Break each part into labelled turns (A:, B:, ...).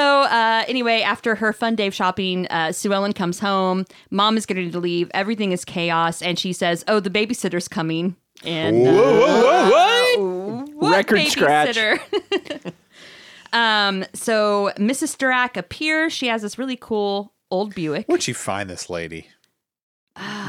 A: uh, anyway, after her fun day of shopping, uh, Sue Ellen comes home. Mom is getting ready to leave. Everything is chaos, and she says, "Oh, the babysitter's coming." And uh,
B: Whoa, whoa, whoa, what?
A: what
B: Record scratch.
A: babysitter? um. So Mrs. Durack appears. She has this really cool old Buick.
C: Where'd you find this lady?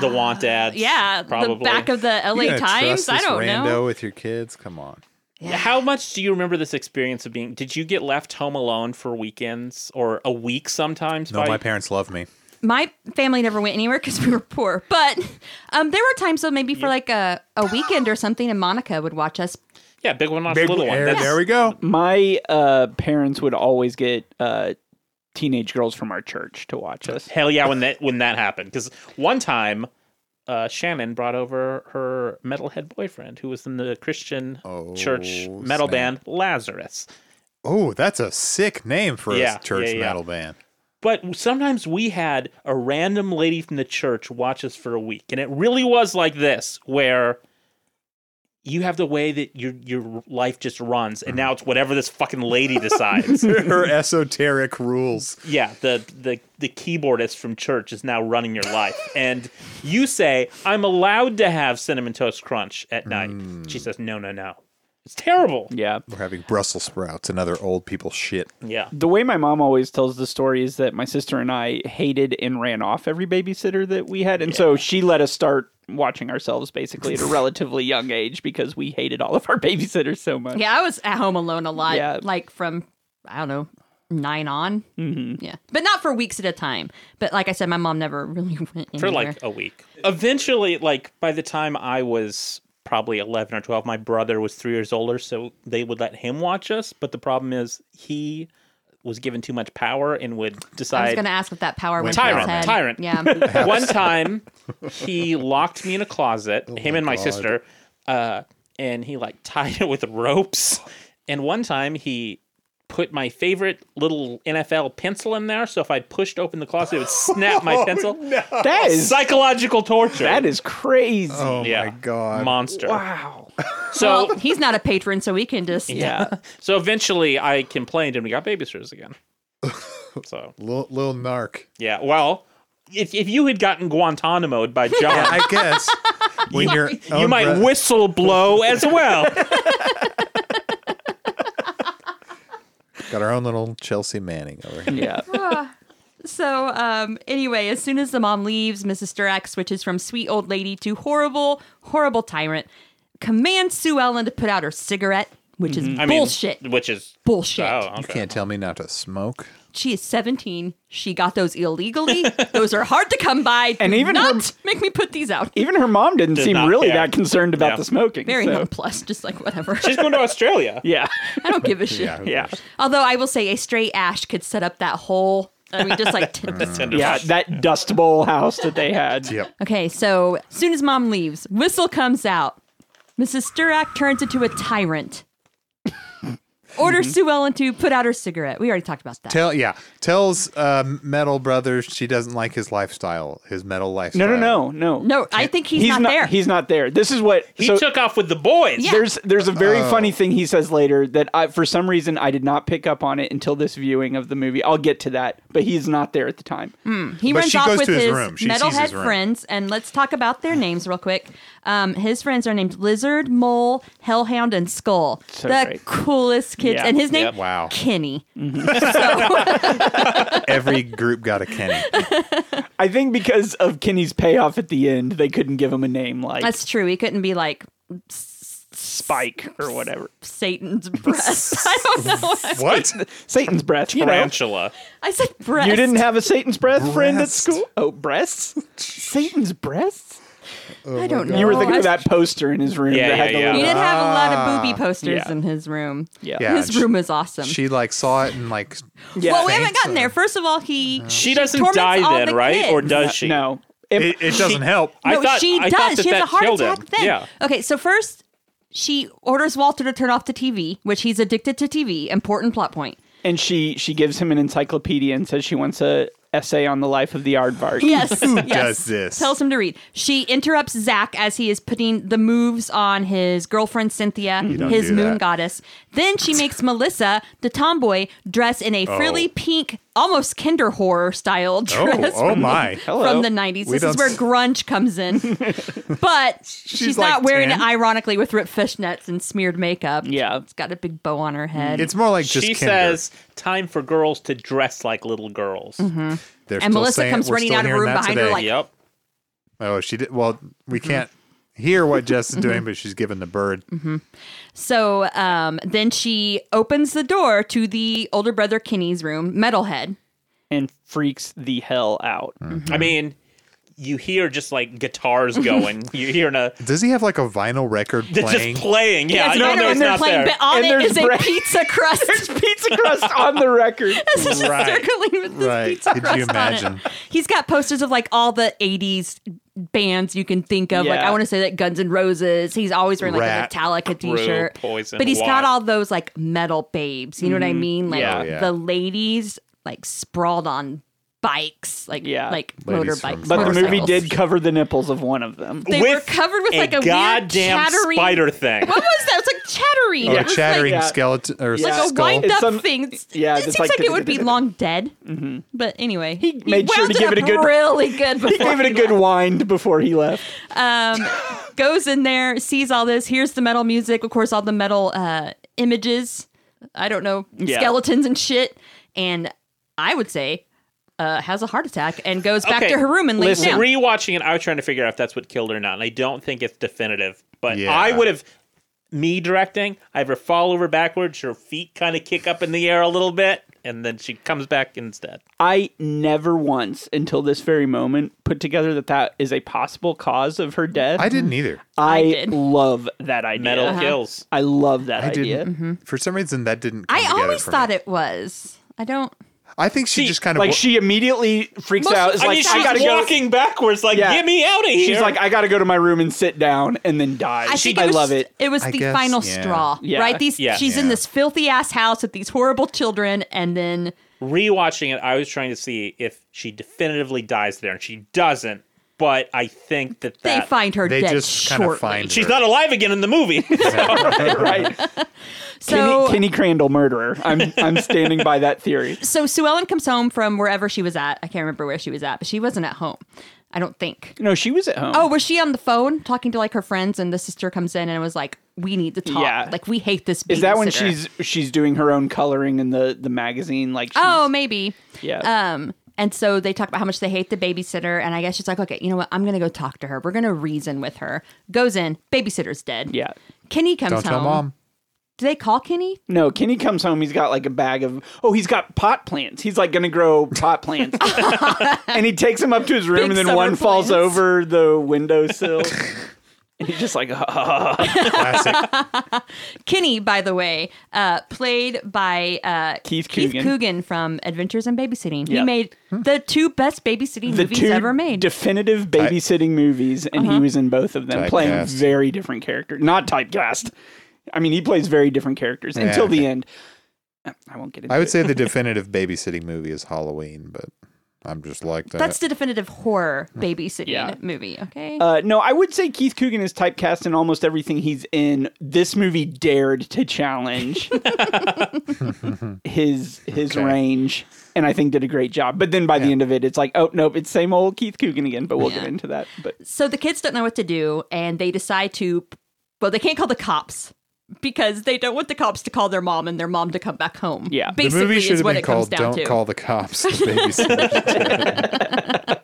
B: The want ads.
A: yeah,
B: probably.
A: the back of the
C: You
A: L.A.
C: gonna trust
A: Times. I
C: this
A: don't
C: rando
A: know.
C: with your kids? Come on.
B: How much do you remember this experience of being? Did you get left home alone for weekends or a week sometimes?
C: No,
B: by-
C: my parents love me.
A: My family never went anywhere because we were poor. But um, there were times, though, maybe for like a, a weekend or something, and Monica would watch us.
B: yeah, big one, not
C: Big-
B: little one.
C: there,
B: That's-
C: there we go.
D: My uh, parents would always get uh, teenage girls from our church to watch us.
B: Hell yeah, when that when that happened. Because one time, uh, Shannon brought over her metalhead boyfriend who was in the Christian
C: Oh,
B: church metal
C: snap.
B: band Lazarus.
C: Oh, that's a sick name for
B: Yeah,
C: a church
B: yeah, yeah.
C: metal band.
B: But sometimes we had a random lady from the church watch us for a week, and it really was like this, where you have the way that your your life just runs, and now it's whatever this fucking lady decides.
C: Her esoteric rules.
B: yeah, the the the keyboardist from church is now running your life, and you say, "I'm allowed to have cinnamon toast crunch at night." She says, "No, no, no, it's terrible."
D: Yeah.
C: We're having Brussels sprouts and other old people shit.
B: Yeah,
D: The way my mom always tells the story is that my sister and I hated and ran off every babysitter that we had. And so she let us start watching ourselves basically at a relatively young age because we hated all of our babysitters so much.
A: Yeah, I was at home alone a lot,
D: Yeah.
A: like from, I don't know, nine on. Mm-hmm. Yeah. But not for weeks at a time. But like I said, my mom never really went anywhere.
B: for like a week. Eventually, like by the time I was probably 11 or 12, my brother was three years older, so they would let him watch us. But the problem is he was given too much power and would
A: I was
B: decide.
A: going to ask what that power went
B: Tyrant,
A: head.
B: tyrant.
A: Yeah.
B: One time, he locked me in a closet, him and my sister, uh, and he like tied it with ropes. And one time, he put my favorite little NFL pencil in there, so if I pushed open the closet, it would snap my pencil.
D: That is
B: Psychological torture.
D: that is crazy.
C: Oh
B: Yeah.
C: my god.
B: monster.
D: Wow.
B: So
A: Well, he's not a patron, so we can just.
D: Yeah.
B: so eventually I complained and we got babysitters again. So
C: Lil, Lil narc.
B: yeah, well, if, if you had gotten Guantanamoed by John,
C: I guess when you're
B: you might whistle blow as well.
C: got our own little Chelsea Manning over here.
D: yeah.
A: So, um, anyway, as soon as the mom leaves, Mrs. Durack switches from sweet old lady to horrible, horrible tyrant, commands Sue Ellen to put out her cigarette, which is
B: Mm-hmm. I mean,
A: bullshit.
B: Which is
A: bullshit.
B: oh,
C: You
B: okay.
C: can't tell me not to smoke.
A: She is 17. She got those illegally. those are hard to come by. Do
D: And even her-
A: not make me put these out.
D: Even her mom didn't
B: Did
D: seem
B: not
D: really
B: care.
D: that concerned about
B: Yeah.
D: the smoking.
A: Very
D: so-
A: nonplussed, just like whatever.
B: She's going to Australia.
D: Yeah.
A: I don't give a shit.
C: who
D: Yeah.
C: cares?
A: Although I will say, a straight ash could set up that whole. I mean, just like t-
B: Tender
D: Yeah.
B: foot.
D: That dust bowl house that they had.
C: Yep.
A: Okay, so as soon as mom leaves, whistle comes out. Mrs. Sturak turns into a tyrant. Orders Sue Ellen to put out her cigarette. We already talked about that.
C: Tell yeah. Tells uh, Metal Brothers she doesn't like his lifestyle, his metal lifestyle.
D: No, no, no, no.
A: no, I think he's, not, there.
D: He's not there. This is what
B: he
D: so
B: took off with the boys.
A: Yeah.
D: there's there's a very funny thing he says later that I for some reason I did not pick up on it until this viewing of the movie. I'll get to that, but he's not there at the time.
A: he
C: But
A: runs
C: she
A: off
C: goes
A: with
C: to his
A: his,
C: room. She sees his
A: metalhead
C: room.
A: friends, and let's talk about their names real quick. Um, his friends are named Lizard, Mole, Hellhound, and Skull. the
D: great.
A: coolest kids,
D: Yeah.
A: and his name
B: Yep.
C: Wow.
A: Kenny.
C: Every group got a Kenny.
D: I think because of Kenny's payoff at the end, they couldn't give him a name like
A: That's true. He couldn't be like
D: Spike or whatever.
A: Satan's breath. I don't know.
C: what?
D: Satan's breath, you know.
B: Tarantula.
A: I said breath.
D: You didn't have a Satan's breath friend at
C: Breast.
D: school? Oh, breasts? Satan's breasts?
A: I don't
C: Oh
A: know.
D: You were thinking
A: I-
D: of that poster in his room.
B: Yeah,
D: that
B: yeah,
D: had the
B: yeah.
A: He
D: little-
A: did have a lot of booby posters
D: Yeah.
A: in his room.
D: Yeah.
C: Ah. Yeah.
A: his room is awesome.
C: She like saw it and like
D: Yeah.
A: well, we haven't
C: Thanks,
A: gotten
C: uh,
A: there. First of all, he
B: She doesn't
A: torments
B: die
A: all
B: then,
A: the
B: right? Or
A: kids.
B: does she?
D: No. If-
C: it, it doesn't help.
B: I
A: no,
B: thought,
A: she
B: I
A: does.
B: thought that
A: she has
B: that
A: a heart
B: killed him.
A: attack then.
B: Yeah.
A: Okay, so first she orders Walter to turn off the TV, which he's addicted to TV. Important plot point.
D: and she she gives him an encyclopedia and says she wants a essay on the life of the aardvark.
A: Yes.
C: Who
A: yes.
C: does this?
A: Tells him to read. She interrupts Zach as he is putting the moves on his girlfriend Cynthia,
C: don't
A: his
C: do
A: moon
C: that.
A: goddess. Then she makes Melissa, the tomboy, dress in a frilly
C: Oh.
A: pink, almost kinder horror style
C: Oh,
A: dress.
C: oh my.
D: Hello.
A: From the 90s.
C: We
A: this is
C: don't
A: where
C: s-
A: grunge comes in. but she's, not
C: like
A: wearing
C: 10.
A: it ironically with ripped fishnets and smeared makeup.
D: Yeah.
A: It's got a big bow on her head.
C: It's more like just
B: she
C: kinder.
B: says, "Time for girls to dress like little girls."
A: Mm-hmm.
C: They're
A: and
C: still
A: Melissa
C: saying-
A: comes
C: we're
A: running
C: still
A: out of
C: hearing
A: room
C: that
A: behind her
C: today.
A: like- Mm-hmm.
B: Yep.
C: Oh, she did. Well, we can't hear what Jess is doing, but she's giving the bird.
A: So um, then she opens the door to the older brother Kenny's room, Metalhead.
D: And freaks the hell out.
C: Hmm.
B: I mean, you hear just like guitars
D: Mm-hmm.
B: going. You're hearing a
C: Does he have like a vinyl record
B: uh, they're
C: playing?
B: just playing. Yeah,
A: Yes,
B: no,
A: Metalhead,
B: no, it's
A: they're
B: not
A: playing,
B: there.
A: but on
D: And
A: it
D: there's
A: is a
D: bread.
A: pizza crust.
D: Pizza crust on the record.
A: It's just
C: Right.
A: circling with this
C: Right.
A: pizza
C: Could you
A: crust on
C: imagine?
A: it. He's got posters of like all the 80s bands you can think of. Like
D: Yeah.
A: I want to say that Guns N' Roses. He's always wearing like
C: Rat,
A: a Metallica
B: Crew,
A: t-shirt.
B: Poison,
A: but he's got
B: Wasp.
A: all those like metal babes. You know what
D: Mm-hmm.
A: I mean? Like
B: Yeah.
C: Oh, yeah.
A: the ladies like sprawled on bikes, like
D: Yeah.
A: like
C: Ladies from
A: motorbikes.
D: But the movie
A: motorcycles.
D: did cover the nipples of one of them.
A: they were
B: with
A: covered with, like, a weird
B: goddamn
A: chattering-
B: spider thing.
A: What was that? It was like chattering.
C: Or
A: it
C: a
A: was
C: Oh, chattering
A: like,
D: Yeah.
C: skeleton or
A: like
D: Yeah.
A: a
C: skull?
A: wind
D: It's
A: up
D: some-
A: thing.
D: yeah,
A: it
D: it's
A: seems
D: like- Mm-hmm.
A: like, it would be long dead. But anyway, he
D: made sure
A: wound
D: to give
A: up
D: it a good-
A: really good. Before
D: He gave it a good wind before he left.
A: um, goes in there, sees all this, hears the metal music, of course, all the metal uh, images, I don't know,
D: Yeah.
A: skeletons and shit, and I would say uh, has a heart attack and goes back
B: Okay,
A: to her room and lays
B: Listen,
A: down.
B: rewatching it, I was trying to figure out if that's what killed her or not, and I don't think it's definitive. But
C: Yeah.
B: I would have me directing. I have her fall over backwards, her feet kind of kick up in the air a little bit, and then she comes back instead.
D: I never once, until this very moment, put together that that is a possible cause of her death.
C: I
A: Mm-hmm.
C: didn't either.
D: I
A: I did.
D: love that idea.
B: Metal
A: Uh-huh.
B: kills.
D: I love that
C: I
D: idea.
C: didn't. For some reason, that didn't. Come
A: Mm-hmm. I
C: together
A: always
C: for
A: thought
C: me.
A: it was. I don't.
C: I think she,
B: She-
C: just kind of
D: Like she immediately freaks
A: Most-
D: out. It's
A: I
D: like
B: I mean,
D: I
B: she's
D: gotta go.
B: walking backwards, like
D: Yeah.
B: get me out of here.
D: She's like, I gotta go to my room and sit down, and then dies.
A: I
D: she,
A: think
D: I
A: it was,
D: love it.
A: It was
C: I
A: the
C: guess,
A: final
C: yeah.
A: straw,
D: Yeah.
A: right? These
B: Yeah.
A: she's in
C: Yeah.
A: this filthy ass house with these horrible children, and then
B: rewatching it. I was trying to see if she definitively dies there, and she doesn't. But I think that
A: they
B: that
A: find her
C: They
A: dead
C: just kinda
A: shortly.
C: find-
B: she's not alive again in the movie.
D: right?
A: So
D: Kenny, Kenny Crandall murderer. I'm I'm standing by that theory.
A: so Sue Ellen comes home from wherever she was at. I can't remember where she was at, but she wasn't at home. I don't think.
D: No, she was at home.
A: Oh, was she on the phone talking to like her friends and the sister comes in and was like, "We need to talk.
D: Yeah.
A: Like we hate this."
D: is that when
A: babysitter."
D: she's she's doing her own coloring in the the magazine? Like, she's,
A: Oh, maybe.
D: yeah.
A: Um, and so they talk about how much they hate the babysitter, and I guess she's like, "Okay, you know what? I'm gonna go talk to her. We're gonna reason with her." Goes in. Babysitter's dead.
D: yeah.
A: Kenny comes
C: don't
A: home.
C: tell mom.
A: Do they call Kenny?
D: No, Kenny comes home. He's got like a bag of oh, he's got pot plants. He's like gonna grow pot plants, and he takes them up to his room,
A: Big
D: and then
A: summer
D: one falls
A: plants.
D: over the windowsill, and he's just like, "Ah."
C: Classic.
A: Kenny, by the way, uh, played by uh,
D: Keith
A: Keith
D: Coogan.
A: Coogan from Adventures in Babysitting.
D: Yeah.
A: He made
C: Hmm.
A: the two best babysitting
D: the
A: movies
D: two
A: ever made. Uh-huh.
D: definitive babysitting movies, and he was in both of them, playing
C: Typecast.
D: very different characters. Not typecast. I mean, he plays very different characters until the
C: okay.
D: end. I- I won't get into.
C: I would
D: it.
C: say the definitive babysitting movie is Halloween, but I'm just like that.
A: That's the definitive horror babysitting
D: Yeah.
A: movie. Okay.
D: Uh, no, I would say Keith Coogan is typecast in almost everything he's in. This movie dared to challenge his his
C: Okay.
D: range, and I think did a great job. But then by the end of it, it's like, oh nope, it's same old Keith Coogan again. But we'll get into that. But
A: so the kids don't know what to do, and they decide to. Well, they can't call the cops because they don't want the cops to call their mom and their mom to come back home.
D: Yeah. The
A: Basically,
C: the movie should
A: is
C: have
A: what
C: been
A: it
C: called
A: comes down
C: "Don't
A: to.
C: Call the Cops." The babysitter.